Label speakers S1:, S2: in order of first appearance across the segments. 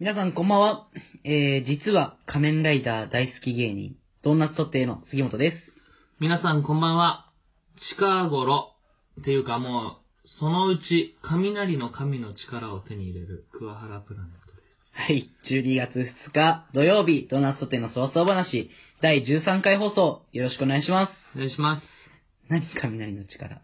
S1: 皆さんこんばんは。えー、実は仮面ライダー大好き芸人、ドーナツトッテの杉本です。
S2: 皆さんこんばんは。近頃、っていうかもう、そのうち、雷の神の力を手に入れる、桑原プラネットで
S1: はい、
S2: す。
S1: 12月2日土曜日、ドーナツトッテのそわそわ話、第13回放送、よろしくお願いします。
S2: お願いしま
S1: 何雷の力。
S2: す。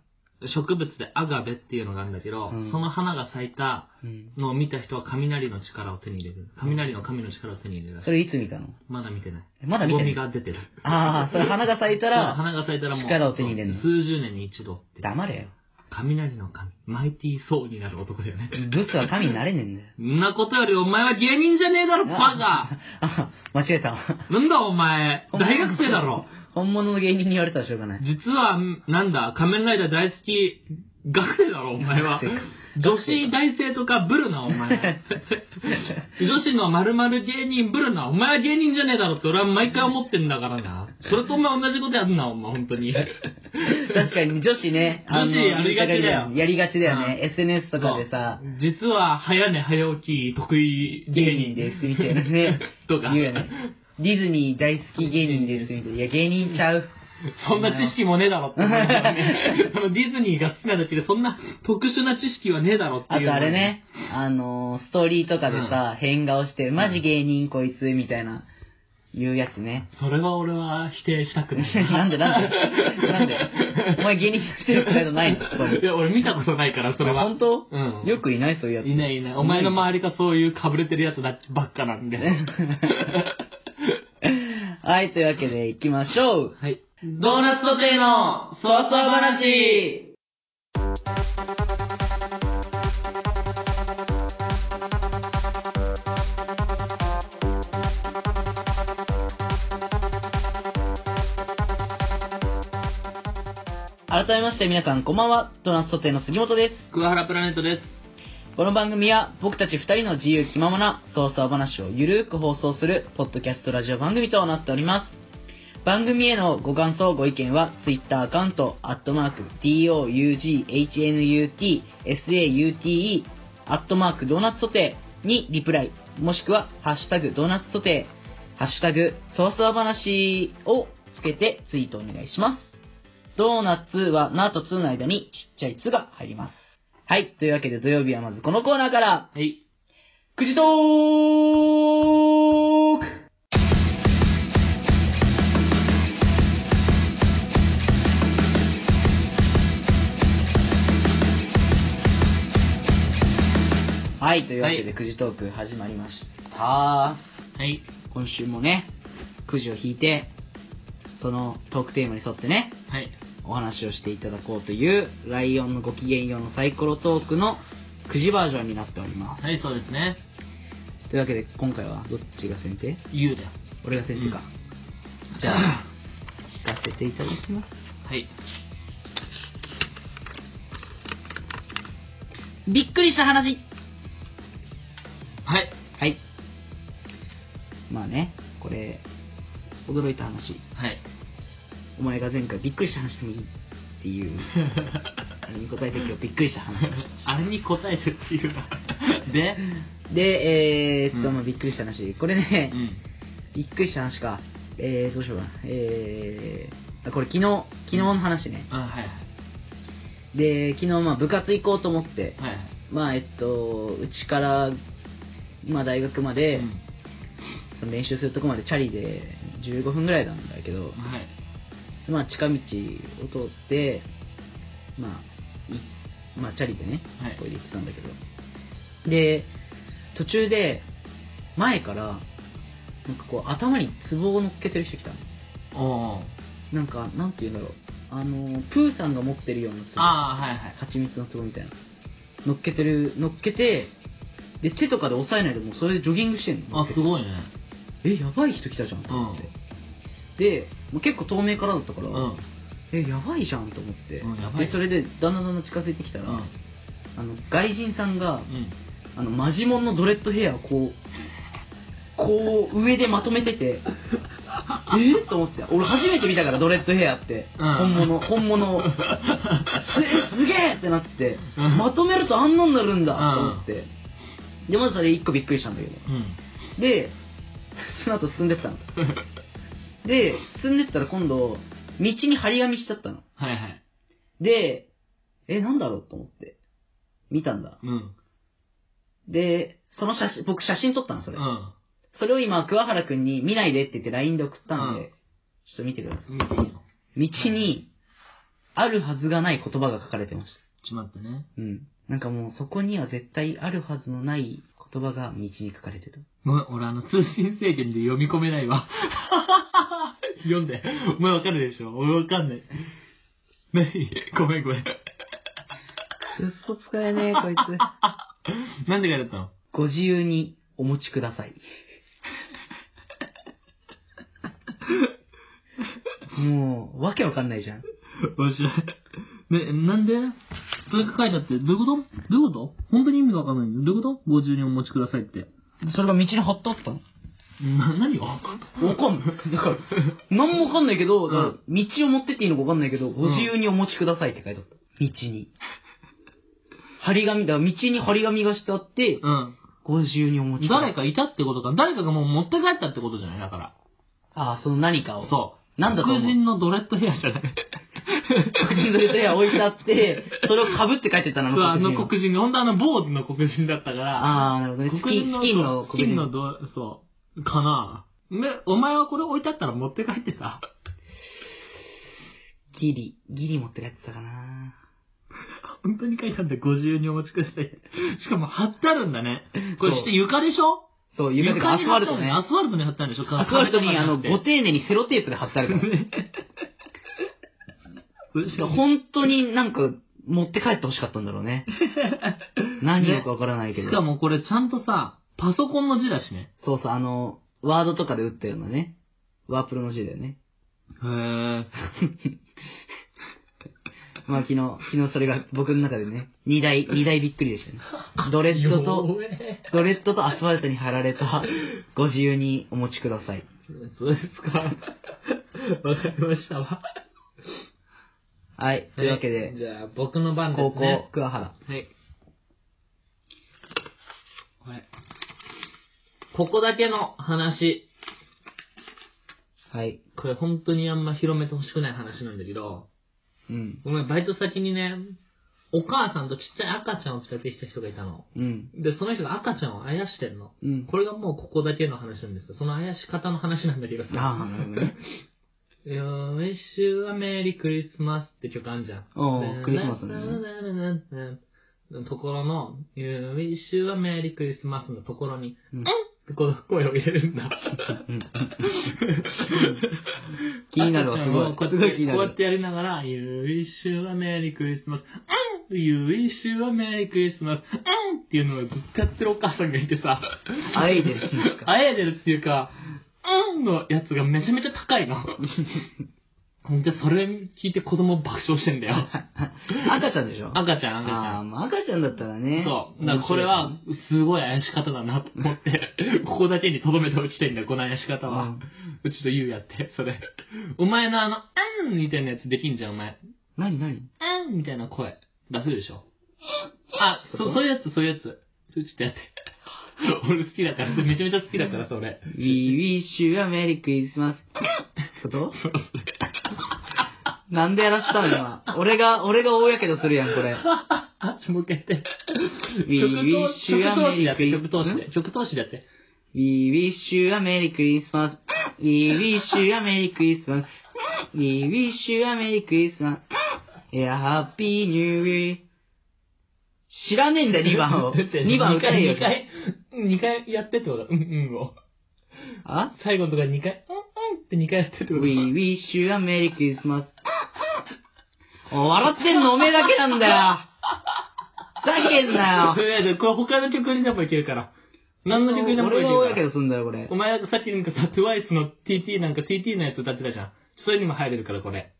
S2: 植物でアガベっていうのがあるんだけど、
S1: うん
S2: その花が咲いた
S1: うん。
S2: のを見た人は雷の力を手に入れる。雷の神の力を手に入れる。
S1: それいつ見たの
S2: まだ見てない。
S1: まだ見て
S2: ゴ
S1: ない
S2: ミが出てる。
S1: あー、それ花が咲いたら、
S2: 花が咲いたらもう、
S1: 力を手に入れるの
S2: 数十年に一度って。
S1: 黙れよ。
S2: 雷の神。マイティーソーになる男だよね。
S1: ブツは神になれねえんだよ。
S2: んなことよりお前は芸人じゃねえだろ、バカ
S1: あ、間違えた。
S2: なんだお前、大学生だろ。
S1: 本物の芸人に言われたらしょうがない。
S2: 実は、んなんだ、仮面ライダー大好き、学生だろ、お前は
S1: 学生か。
S2: 女子大生とかブルな、お前。女子の〇〇芸人ブルな、お前は芸人じゃねえだろって俺は毎回思ってんだからな。それとお前同じことやんな、お前、本当に。
S1: 確かに女子ね、あの
S2: 女子やりがちだよ
S1: やりがちだよね。SNS とかでさ、
S2: そう実は、早寝早起き、得意
S1: 芸
S2: 芸
S1: 人
S2: 人。
S1: ですみたいな ね
S2: とか
S1: 言うよね。ディズニー大好き芸人ですみたいな。いや、芸人ちゃう。
S2: そんな知識もねえだろって思うから ね。そのディズニーが好きなだけで、そんな特殊な知識はねえだろって
S1: あ
S2: いう。
S1: とあれ。ね、あのー、ストーリーとかでさ、変顔して、マジ芸人こいつみたいな、言うやつ ね。
S2: それは俺は否定したくない。
S1: なんでなんでなんでお前芸人としてるプライド ないのそこに
S2: いや、俺見たことないから、それは。
S1: 本当
S2: うん
S1: よくいないそういうやつ。
S2: いないいない。お前の周りがそういう被れてるやつだばっかなんで。
S1: はい、というわけで行きましょう。
S2: はい。
S1: ドーナツトテイのそわそわ話改めまして皆さんこんばんは、ドーナツトテイの杉本です。
S2: 桑原プラネットです。
S1: この番組は僕たち二人の自由気ままな操作話をゆるーく放送するポッドキャストラジオ番組となっております。番組へのご感想、ご意見は Twitter アカウント、アットマーク、DOUGHNUT、SAUTE、アットマーク、ドーナツソテーにリプライ、もしくは、ハッシュタグ、ドーナツソテー、ハッシュタグ、ソースワ話をつけてツイートお願いします。ドーナツは、なとつの間にちっちゃいつが入ります。はい。というわけで土曜日はまずこのコーナーから、
S2: はい。
S1: くじトークはい。というわけ
S2: は
S1: で
S2: い
S1: くじトーク始まりました。
S2: はい。
S1: 今週もね、くじを引いて、そのトークテーマに沿ってね、
S2: はい。
S1: お話をしていただこうという、ライオンのご機嫌用のサイコロトークのくじバージョンになっております。
S2: はい、そうですね。
S1: というわけで、今回はどっちが先手
S2: 言うだよ。
S1: 俺が先手か。じゃ あ、聞かせていただきます。
S2: はい。
S1: びっくりした話
S2: はい。
S1: はい。まあね、これ、驚いた話。
S2: はい。
S1: お前が前回びっくりした話でもいいって いう、あれに答えて今日びっくりした話をし
S2: あれに答えてってい うな。で、
S1: で、えー、っと、
S2: うん
S1: まあびっくりした話。これね、
S2: うん。
S1: びっくりした話か。えー、どうしようかな。えー、あこれ昨日、昨日の話ね。
S2: あ、はいはい。
S1: で、昨日まあ部活行こうと思って、
S2: はいはい。
S1: まあえっと、うちから、まあ大学まで、
S2: うん
S1: その練習するとこまでチャリで15分ぐらいなんだけど、
S2: はい。
S1: まあ近道を通って、まあ、いまあチャリでね
S2: はい、
S1: これで行ってたんだけど。で、途中で、前から、なんかこう頭に壺を乗っけてる人来たの。
S2: おー。
S1: なんか、なんて言うんだろう。あの、プーさんが持ってるような壺。
S2: ああ、はいはい。
S1: 蜂蜜の壺みたいな。乗っけてる、乗っけて、で、手とかで押さえないでもうそれでジョギングしてんの。
S2: あ、すごいね。
S1: え、やばい人来たじゃんと思って。で、もう結構透明からだったから、
S2: うん。うん。
S1: え、やばいじゃんと思って。
S2: うんやばい
S1: で、それでだんだんだんだん近づいてきたら、あの、外人さんが、あの、マジモンのドレッドヘアをこう、こう、上でまとめて て、えと思って。俺初めて見たから、ドレッドヘアって。
S2: うん
S1: 本物、本物 を。すすげえってなって、
S2: うん
S1: まとめるとあんなんなるんだと思って。で、まずそれ一個びっくりしたんだけど。
S2: うん。
S1: で、 その後進んでったの。で、進んでったら今度、道に張り紙しちゃったの。
S2: はいはい。
S1: で、え、なんだろうと思って。見たんだ。
S2: うん。
S1: で、その写真、僕写真撮ったの、そうれ。
S2: ん。
S1: それを今、桑原くんに見ないでって言って LINE で送ったんで、
S2: うん
S1: ちょっと見てください。
S2: 見ていいの
S1: 道に、あるはずがない言葉が書かれてました。
S2: ちょっと待ってね。
S1: うん。なんかもう、そこには絶対あるはずのない言葉が道に書かれてた。
S2: ごめん、俺あの通信制限で読み込めないわ。 読んで。お前わかるでしょ俺わかんない。何ごめんごめん。
S1: うっそ使えねえ、こいつ。
S2: なんで書いてあったの
S1: ご自由にお持ちくださ い。もう、わけわかんないじゃん。
S2: 面白い。ね、なんでそれが書いてあって、どういうことどういうこと本当に意味がわかんないんだよどういうことご自由にお持ちくださいって。
S1: それが道に貼ってあったの
S2: な、何を
S1: わかん ない。なんか、なんもわかんないけど、だから道を持ってっていいのかわかんないけど、ご自由にお持ちくださいって書いてあった。道に。張り紙だ、道に張り紙がしてあって、
S2: うん。
S1: ご自由にお持ちください。
S2: 誰かいたってことか。誰かがもう持って帰ったってことじゃないだから。
S1: ああ、その何かを。
S2: そう。
S1: なんだと思う
S2: 黒人のドレッドヘアじゃない。
S1: 黒人のレター置いてあって、それを被って書いてたの、
S2: そう、あ
S1: 黒人
S2: の
S1: は。
S2: 黒人が、本当あの坊主の黒人だったから、
S1: ああ、なるほどね。ス
S2: 黒
S1: キン
S2: 人
S1: スキン
S2: の、
S1: の
S2: そうス
S1: 黒
S2: キン
S1: 人。
S2: のど、そう、かなで、お前はこれ置いてあったら持って帰ってた。
S1: ギリ、ギリ持ってるやつだかな
S2: 本当に書いたんで、ご自由にお持ちください。しかも貼ってあるんだね。これして床でしょ
S1: そう、夢とかアス
S2: に
S1: フ
S2: 貼
S1: ァ
S2: って
S1: ル
S2: あ
S1: ト
S2: る
S1: ね。
S2: アスファルトに貼ってあるでしょ
S1: アスファルトに、あの、
S2: ご
S1: ご丁寧にセロテープで貼ってあるから。本当になんか、持って帰ってほしかったんだろう ね。何をかわからないけ
S2: し
S1: ど。
S2: かもこれちゃんとさ、パソコンの字だしね。
S1: そうそう、あの、ワードとかで打ったようなね。ワープロの字だよね。
S2: へー。
S1: まあ昨日、昨日それが僕の中でね、二 大、二大びっくりでしたね。ドレッドと、
S2: 弱え
S1: ドレッドとアスファルトに貼られた、ご自由にお持ちください。
S2: そうですか。わかりましたわ。
S1: はい、というわけで、
S2: じゃあ、僕の番です
S1: 高
S2: ね。
S1: 校、桑原。
S2: はい。これ。ここだけの話。
S1: はい。
S2: これ本当にあんま広めてほしくない話なんだけど、
S1: うん。
S2: お前バイト先にね、お母さんとちっちゃい赤ちゃんを連れてきた人がいたの。
S1: うん。
S2: で、その人が赤ちゃんをあやしてんの。
S1: うん。
S2: これがもうここだけの話なんですよ。そのあやし方の話なんだけど
S1: ああ、
S2: さ。
S1: なるほどね。
S2: Your wish はメリークリスマスって曲あんじゃん。
S1: おークリスマスね
S2: のところの、You wish はメリークリスマスのところに、
S1: うん
S2: えってこう声を入れるんだ。
S1: 気になるわ、
S2: 赤ち
S1: す
S2: ゃん
S1: ご
S2: を
S1: い。
S2: こうや
S1: すご
S2: って
S1: い気にな
S2: こうやっ
S1: る。
S2: てやりながら、You wish はメリークリスマス、え You wish はメリークリスマス、えっていうのをずっとやってるお母さんがいてさ。
S1: あえいでるっていうか。
S2: あえいでるっていうか、うんのやつがめちゃめちゃ高いの。で、それ聞いて子供爆笑してんだ よ。
S1: 赤ちゃんでしょ
S2: 赤ちゃん、赤ちゃん
S1: ああ、。まあ赤ちゃんだったらね。
S2: そう。だからこれは、すごい怪し方だなと思って、ここだけに留めておきたいんだよ、この怪し方は。うちと言うやって、それ。お前のあの、うんみたいなやつできんじゃん、お前。
S1: 何何
S2: うんみたいな声出せるでしょ。あ、そ、そういうやつ、そういうやつ。それちょっとやって。俺好きだから、それめちゃめちゃ好きだから、それ。
S1: ?We wish you a merry Christmas. ことなんでやらせたの今。俺が、俺が大やけどするやん、これ。
S2: あ、ちょ、もう一回やって。
S1: We wish you a merry
S2: 曲通しでやって、曲通し
S1: Christmas.
S2: で。曲通しでやって。
S1: We wish you a merry Christmas. We wish you a merry Christmas. We wish you a merry Christmas. a happy new year. 知らねえんだよ、2番 を。2番歌えよ
S2: 2。回、2回やってってことうんうんを。
S1: あ
S2: 最後のところ2回、うんうんって2回やってってこと
S1: ?We wish you a merry Christmas. お笑ってんのおめえだけなんだよ。ふざけんなよ。
S2: いやいやこれ他の曲にでもいけるから。何の曲にでもいけ
S1: 俺
S2: る
S1: が大や
S2: か
S1: け
S2: ら。
S1: どすんだよ、これ
S2: お。前だとさっきなんかさ、TWICE の TT なんか TT のやつ歌ってたじゃん。それにも入れるから、これ。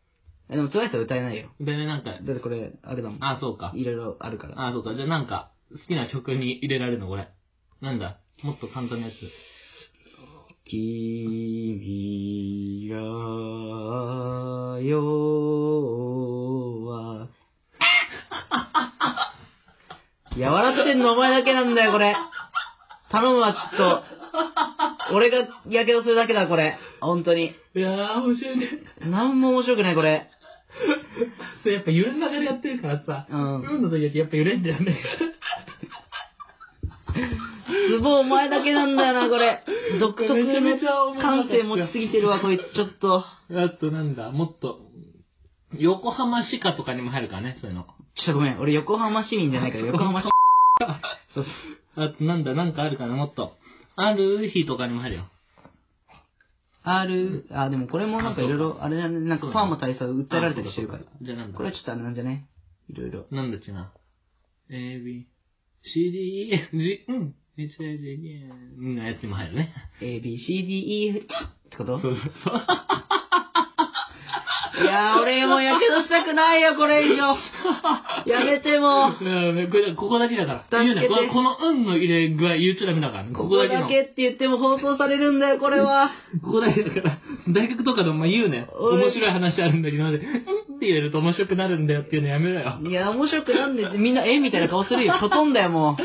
S1: でも、とりあえずは歌えないよ。
S2: でね、なんか、
S1: だってこれ、あれだもん。
S2: あ、そうか。
S1: いろいろあるから。
S2: あ、そうか。じゃあなんか、好きな曲に入れられるの、これ。なんだもっと簡単なやつ。
S1: 君が弱い。いや、笑ってんのお前だけなんだよ、これ。頼むわ、ちょっと。俺がやけどするだけだ、これ。本当に。
S2: いやー、面白いね。
S1: なんも面白くない、これ。
S2: そう、やっぱ揺れながらやってるからさ、
S1: うん
S2: 夜の時だけやっぱ揺れんだよね。
S1: ズボンお前だけなんだよな、これ。独特
S2: めちゃめちゃ
S1: の
S2: 面白かった
S1: 感性持ちすぎてるわ、こいつ、ちょっと。
S2: あとなんだ、もっと、横浜市下とかにも入るからね、そういうの。
S1: ちょっとごめん、俺横浜市民じゃないから、横浜市。そう
S2: あとなんだ、なんかあるかな、もっと。ある日とかにも入るよ。
S1: ある、あ、でもこれもなんかいろいろ、あれだね、なんかパーマ大佐訴えられたりしてるから。
S2: じゃあなんだ
S1: これはちょっとあれなんじゃねいろいろ。
S2: なんだっけな。A, B, C, D, E, F, G, うん。H, I, J, K, うんのやつにも入 るね。
S1: A, B, C, D, E ってこと
S2: そうそうそう。
S1: いやー、俺もやけどしたくないよ、これ以上。やめてもう。
S2: うんこれここだけだから。
S1: 助
S2: 言う
S1: けて
S2: ね。このこの運の入れ具合言っちゃダメだからね。
S1: こ
S2: ここ
S1: こ
S2: だけの。
S1: だけって言っても放送されるんだよ、これは。
S2: ここだけだから、大学とかでもまあ言うね。
S1: 俺
S2: 面白い話あるんだけど、うんって入れると面白くなるんだよっていうのやめろよ。
S1: いや、面白くなんで、みんな、えみたいな顔するよ。ほとんどや、 もう。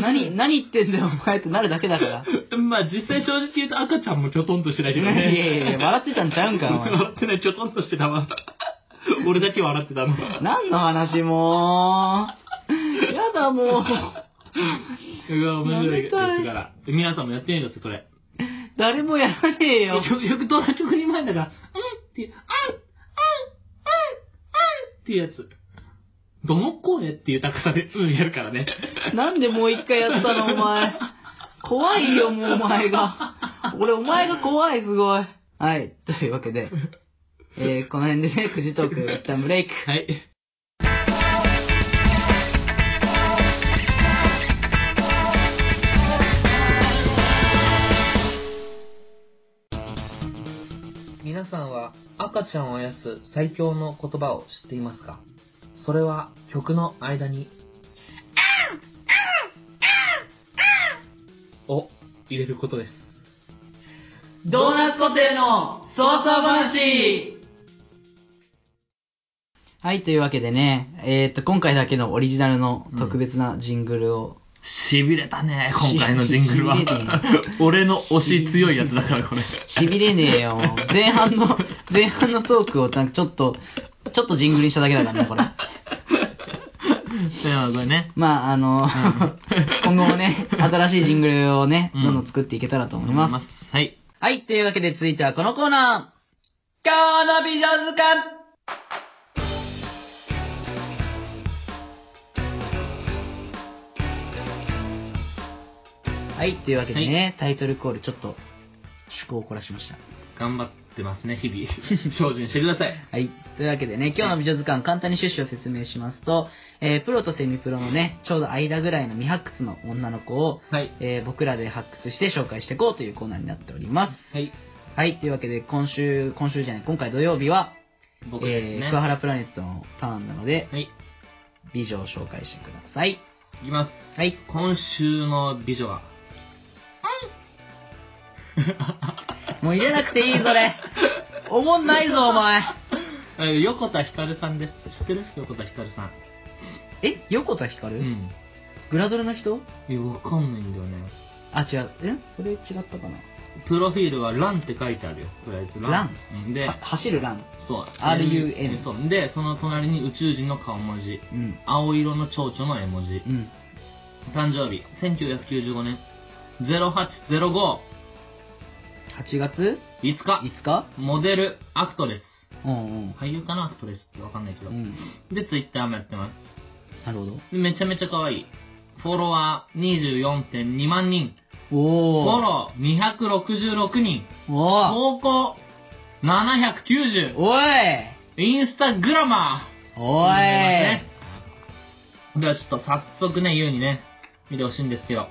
S1: 何、何言ってんだよ、お前ってなるだけだから。
S2: まあ実際正直言うと赤ちゃんもキョトンと してない
S1: い
S2: けど
S1: や
S2: ね。
S1: いやいや、笑ってたんちゃうんか、お 前。
S2: 笑ってない、キョトンとしてたわ。俺だけ笑ってたの。
S1: 何の話、もう。やだ、もう。
S2: うわ、面白いですか
S1: やめた
S2: ら。皆さんもやってみるんですよ、これ。
S1: 誰もやらねえよ。
S2: よく、よくどの曲に前だから、うんっていう、うん、うん、うん、うんっていうやつ。どの声っていう高さで、うんやるからね。
S1: なんでもう一回やったの、お前。怖いよ、もうお前が。俺、お前が怖い、すごい。はい、というわけで、えー、この辺でね、くじトーク、一旦ブレイク。
S2: はい。
S3: 皆さんは赤ちゃんをあやす最強の言葉を知っていますかそれは曲の間にを入れることです。
S1: ドーナツ固定の操作話はい、というわけでね、えー、っと、今回だけのオリジナルの特別なジングルを、
S2: 痺れたね、
S1: し
S2: 今回のジングルは
S1: し びれね。
S2: 俺の推し強いやつだから、これ。
S1: 痺れねえよ。前半の、前半のトークをなんかちょっと、ちょっとジングルにしただけだからね、これ。
S2: では、これね。
S1: まあ、あの、 今後もね、新しいジングルをね、
S2: うん
S1: どんどん作っていけたらと思います。
S2: す。はい。
S1: はい、というわけで続いてはこのコーナー。カーナビジョンズ館はい、というわけでね、タイトルコールちょっと趣向を凝らしました。
S2: 頑張ってますね、日々。精進してください。
S1: はい。というわけでね、今日の美女図鑑、簡単に趣旨を説明しますと、えープロとセミプロのね、ちょうど間ぐらいの未発掘の女の子を、
S2: はい。
S1: えー僕らで発掘して紹介していこうというコーナーになっております。
S2: はい。
S1: はい、というわけで今週、今週じゃない、今回土曜日は、
S2: 僕
S1: え
S2: です
S1: ー
S2: ね。
S1: 桑原プラネットのターンなので、
S2: はい。
S1: 美女を紹介してください。
S2: いきます。
S1: はい。
S2: 今週の美女は。
S1: もう入れなくていい、それ。 おもんないぞ、お前。
S2: え横田ひかるさんです。知ってる横田ひかるさん。
S1: え、横田光
S2: う
S1: る、
S2: ん。
S1: グラドルの人
S2: いや、わかんないんだよね。
S1: あ、違う。えそれ違ったかな
S2: プロフィールはランって書いてあるよ。とりあえずラン。
S1: ラン
S2: うんで
S1: は、走るラン。
S2: そう。
S1: RUN
S2: そう。で、その隣に宇宙人の顔文字。
S1: うん。
S2: 青色の蝶々の絵文字
S1: う。ん。
S2: 誕生日、1995年、0805、
S1: 8月
S2: 5日、
S1: 5日
S2: モデル、アクトレス。
S1: うん
S2: 俳優かなアクトレスってわかんないけ
S1: う
S2: ど
S1: ん。う。ん。
S2: で、ツイッターもやってま
S1: なるほど。
S2: す。でめちゃめちゃ可愛い。フォロワー24.2万人。フォ
S1: おー。
S2: ロー266人。
S1: おー。
S2: 投稿790。
S1: おい
S2: インスタグラマー。
S1: おい
S2: ではちょっと早速ね、ゆうにね、見てほしいんですけど。
S1: はい。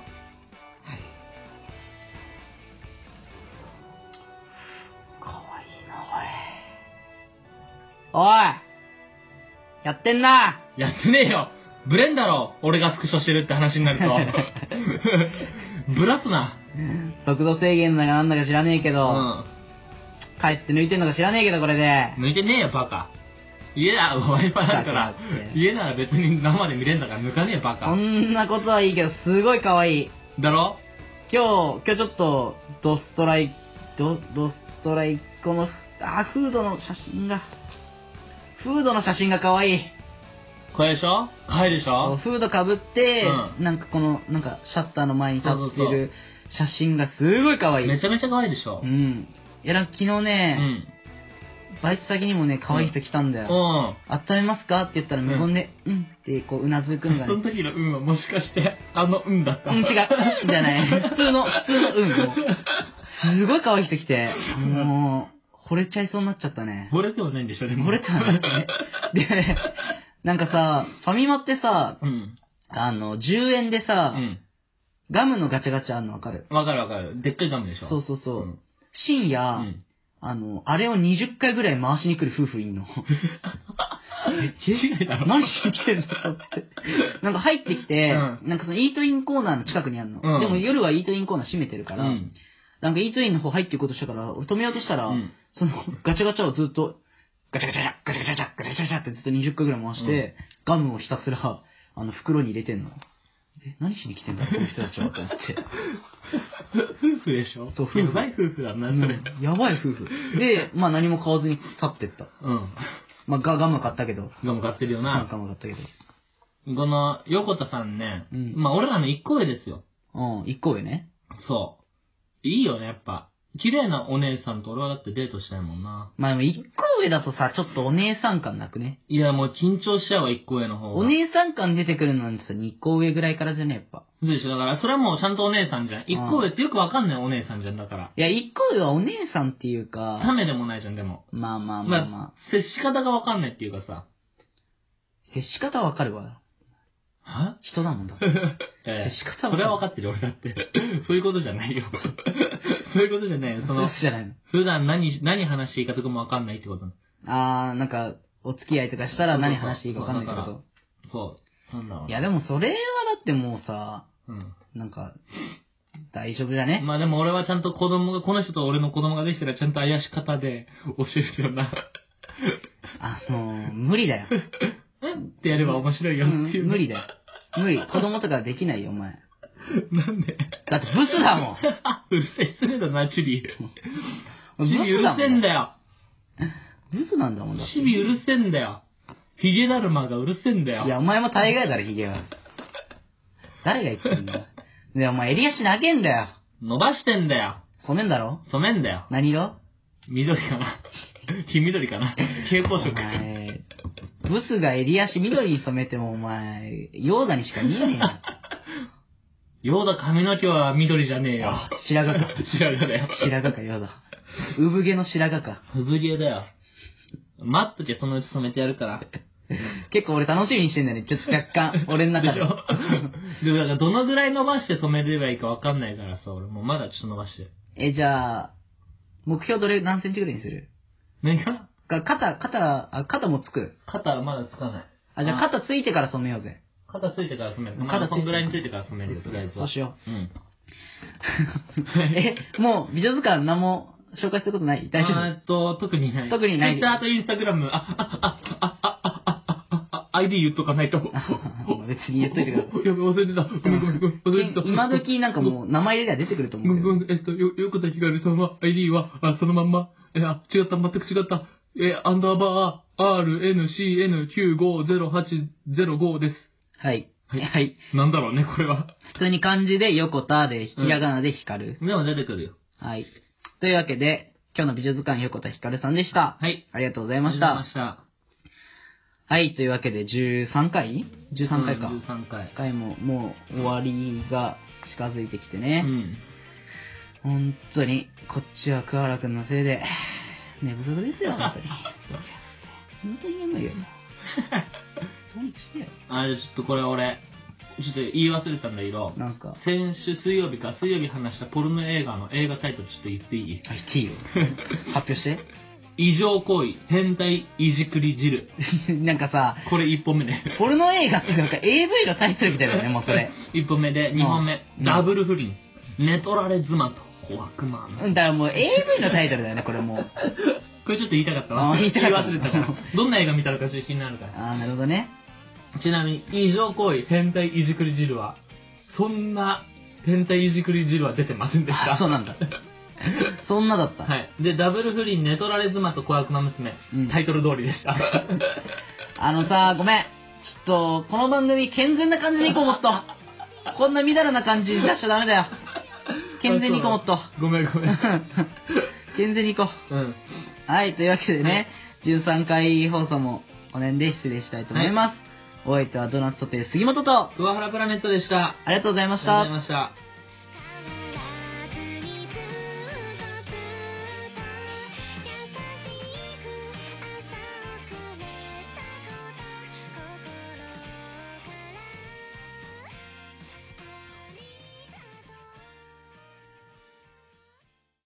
S1: かわいいな、おい。おいやってんな
S2: やってねえよブレんだろ俺がスクショしてるって話になると。 ブラすな。
S1: 速度制限だかなんだか知らねえけど、
S2: う
S1: 帰って抜いてんのか知らねえけど、これで。
S2: ん。向いてねえよ、バカ。家だ、Wi-Fi だか
S1: バカだ
S2: ら
S1: っ。て
S2: 家なら別に生で見れんだから抜かねえよ、バ
S1: そ
S2: カ。
S1: んなことはいいけど、すごいかわいい。
S2: だろ
S1: 今日、今日ちょっと、ドストライ、ド、ドストライコの、あー、フードの写真が、フードの写真が可愛い。
S2: これでしょ可愛いでしょ
S1: フードかぶって、なんかこの、なんかシャッターの前に立って
S2: そうそうそう
S1: る写真がすごい可愛い。
S2: めちゃめちゃ可愛いでしょ
S1: う。ん。いや、なんか昨日
S2: う
S1: ね、
S2: ん。
S1: バイト先にもね、可愛い人来たんだ
S2: う
S1: よ。
S2: ん。
S1: 温めますかって言ったら無言で、うん、ってこう、うなずくんが
S2: そ
S1: ね
S2: の、時の運はもしかして、あの運だった。
S1: うん、違う、うんじゃない。普通の、普通の、うん、もう。すごい可愛い人来て、もう、惚れちゃいそうになっちゃったね。
S2: 惚れてはないんでしょ、でも。
S1: 惚れたんだね。で、なんかさ、ファミマってさ、
S2: うん。
S1: あの、10円で
S2: う
S1: さ、
S2: ん。
S1: ガムのガチャガチャあるのわかる
S2: わかるわかる。でっかいガムでしょ。
S1: そうそうそう。
S2: うん
S1: 深夜、
S2: うん。
S1: あの、あれを20回ぐらい回しに来る夫婦いんの。
S2: 違うだろ。
S1: 何しに来てんだろうって。なんか入ってきて、
S2: う
S1: なんかそのイートインコーナーの近くにあるの。
S2: うん
S1: でも夜はイートインコーナー閉めてるから、
S2: うん。
S1: なんかイートインの方入っていこうとしたから、俺止めようとしたら、
S2: うん
S1: そのガチャガチャをずっと、ガチャガチャガチャガチャガチャガチャガチャガチャってずっと20回ぐらい回して、ガムをひたすら、あの、袋に入れてんの。え、何しに来てんだろうこの人たちは、と思っ て。
S2: ふ夫婦でしょ
S1: そう夫婦
S2: やばい夫婦だな、
S1: う
S2: それ。
S1: んやばい夫婦。で、まあ何も買わずに去ってった。
S2: うん。
S1: まあガガムは買ったけど。
S2: ガム買ってるよ
S1: ガ
S2: な。
S1: ムは買ったけど。
S2: この、横田さんね、
S1: うん
S2: まあ俺らの一個上ですよ。
S1: うん、一個上ね。
S2: そう。いいよね、やっぱ。綺麗なお姉さんと俺はだってデートしたいもんな。
S1: まあでも一個上だとさ、ちょっとお姉さん感なくね。
S2: いや、もう緊張しちゃうわ、一個上の方が。
S1: お姉さん感出てくるのにさ、二個上ぐらいからじゃねやっぱ。
S2: そうでしょ、だから、それはもうちゃんとお姉さんじゃん。一個上ってよくわかんないお姉さんじゃん、だから。
S1: いや、一個上はお姉さんっていう
S2: た
S1: か、
S2: めでもないじゃん、でも。
S1: まあまあまあま
S2: まあ、接し方がわかんないっていうかさ。
S1: あ、接し方わかるわ。
S2: は
S1: 人だもんだ。
S2: ええ
S1: 接し方は
S2: それはわかってるよ、俺だって。 そういうことじゃないよ。 そういうことじゃないよ。その
S1: 嘘、じゃないの。
S2: 普段何、何話していいかとかもわかんないってこと。
S1: あー、なんか、お付き合いとかしたら何話していいかわかんないって
S2: そ
S1: こ
S2: そう。なんだろ
S1: と。
S2: う
S1: い
S2: な。
S1: や、でもそれはだってもうさ、
S2: うん。
S1: なんか、大丈夫じゃね
S2: まあでも俺はちゃんと子供が、この人と俺の子供ができたらちゃんとあやし方で教えるよな。
S1: あのー、無理だ よ。
S2: ってやれば面白いよっていうう。
S1: ん無理だよ。無理。子供とかできないよ、お前。
S2: な んで
S1: だってブスだ もん。
S2: うるせえ、失礼だな、チビ。チ
S1: ブ
S2: ビう
S1: ス
S2: る
S1: だも
S2: せえん
S1: ん。
S2: だよ。
S1: ブスなんだもんだって。
S2: チビうるせえんだよ。ヒゲだるまがうるせえんだよ。
S1: いや、お前も大概だろ、ヒゲは。誰が言ってんだよ。で、お前襟足投げんだよ。
S2: 伸ばしてんだよ。
S1: 染めんだろ
S2: 染めんだよ。
S1: 何色
S2: 緑 かな。黄緑かな。蛍
S1: お
S2: 光色。
S1: 前、ブスが襟足緑に染めてもお前、ヨーダにしか見えねえよ。
S2: ヨーダ髪の毛は緑じゃねえよ。
S1: あ白髪か。
S2: 白髪だよ。
S1: 白髪か、ヨーダ。産毛の白髪か。
S2: 産毛だよ。待っとけ、そのうち染めてやるから。
S1: 結構俺楽しみにしてんだよね。ちょっと若干、俺の
S2: で
S1: 中
S2: し
S1: で。
S2: ょでもだからどのぐらい伸ばして染めればいいかわかんないからさ、俺もうまだちょっと伸ばして。
S1: え、じゃあ、目標どれ、何センチぐらいにする
S2: 何か
S1: か肩、肩、あ、肩もつく。
S2: 肩はまだつかない。
S1: あ、じゃあ肩ついてから染めようぜ。
S2: 肩ついてから染める。
S1: 肩ついて
S2: まあ、こんぐらいについてから染めるよ、とりあえず
S1: そ
S2: は
S1: うしよ
S2: うん。
S1: う。え、もう、美女図鑑何も紹介することない大丈
S2: あ
S1: 夫
S2: ーっと、特にない。
S1: 特にない
S2: Twitter と Instagram、あ、あ、あ、あ、あ、あ、あ、あ、あ、ID 言っとかないと。
S1: 別に言っといてくだ さい。
S2: やべ、忘れてた。ごめんごめんごめん、忘れてた。
S1: 今時なんかもう名前入れりゃ出てくると
S2: ご
S1: 思
S2: め
S1: うんけど
S2: ご。めん、えっと、よ、よくたひかるさんは ID は、あ、そのまんま、え、あ、違った、全く違った。え、アンダーバー、RNCN950805 です。
S1: はい。
S2: はい
S1: はい。
S2: なんだろうね、これは。
S1: 普通に漢字で横田で、ひらがなで光る。
S2: でも出てくるよ。
S1: はい。というわけで、今日の美女図鑑横田光さんでした。
S2: はい。
S1: ありがとうございました。
S2: した。
S1: はい。というわけで、13回 ?13 回か。
S2: 3回。
S1: 回ももう終わりが近づいてきて
S2: う
S1: ね。
S2: ん。
S1: 本当に、こっちは桑原くんのせいで、寝不足ですよ、本当に。本当にやばい よ。どうにかしてよ。
S2: あれ、ちょっとこれ俺、ちょっと言い忘れたんだけど、
S1: なんすか
S2: 先週水曜日か、水曜日話したポルノ映画の映画タイトルちょっと言っていい
S1: あ、言っていいよ。発表して。
S2: 異常行為、変態いじくり汁。
S1: なんかさ、
S2: これ1本目ね。
S1: ポルノ映画っていうかなんか AV のタイトルみたい だよね、もうそれ。
S2: 1本目で、2本目、
S1: うん
S2: ダブル不倫。寝取られ妻と小悪魔
S1: うんだからもう AV のタイトルだよね、これもう。
S2: これちょっと言いたかったわ。
S1: あ言いたかった
S2: 言忘れたから。どんな映画見たのかちょっと気になるから。
S1: あー、なるほどね。
S2: ちなみに、異常行為、変態いじくり汁は、そんな変態いじくり汁は出てませんでし
S1: あ
S2: た。
S1: そうなんだ。そんなだった。
S2: はい。で、ダブル不倫、寝取られ妻と小悪魔娘、
S1: うん
S2: タイトル通りで した。
S1: あのさ、ごめん。ちょっと、この番組健全な感じでいこうもっと。こんなみだらな感じ出しちゃダメだよ。健全にいこうも っと。
S2: ごめんごめん。
S1: 健全にいこ
S2: うん。
S1: う。はい、というわけでね、13回放送もこの辺で失礼したいと思います。お相手はドーナツソテー杉本と、
S2: 桑原プラネットでした。
S1: ありがとうございま
S2: あ
S1: し
S2: りがとうご
S1: た
S2: ざい。ました。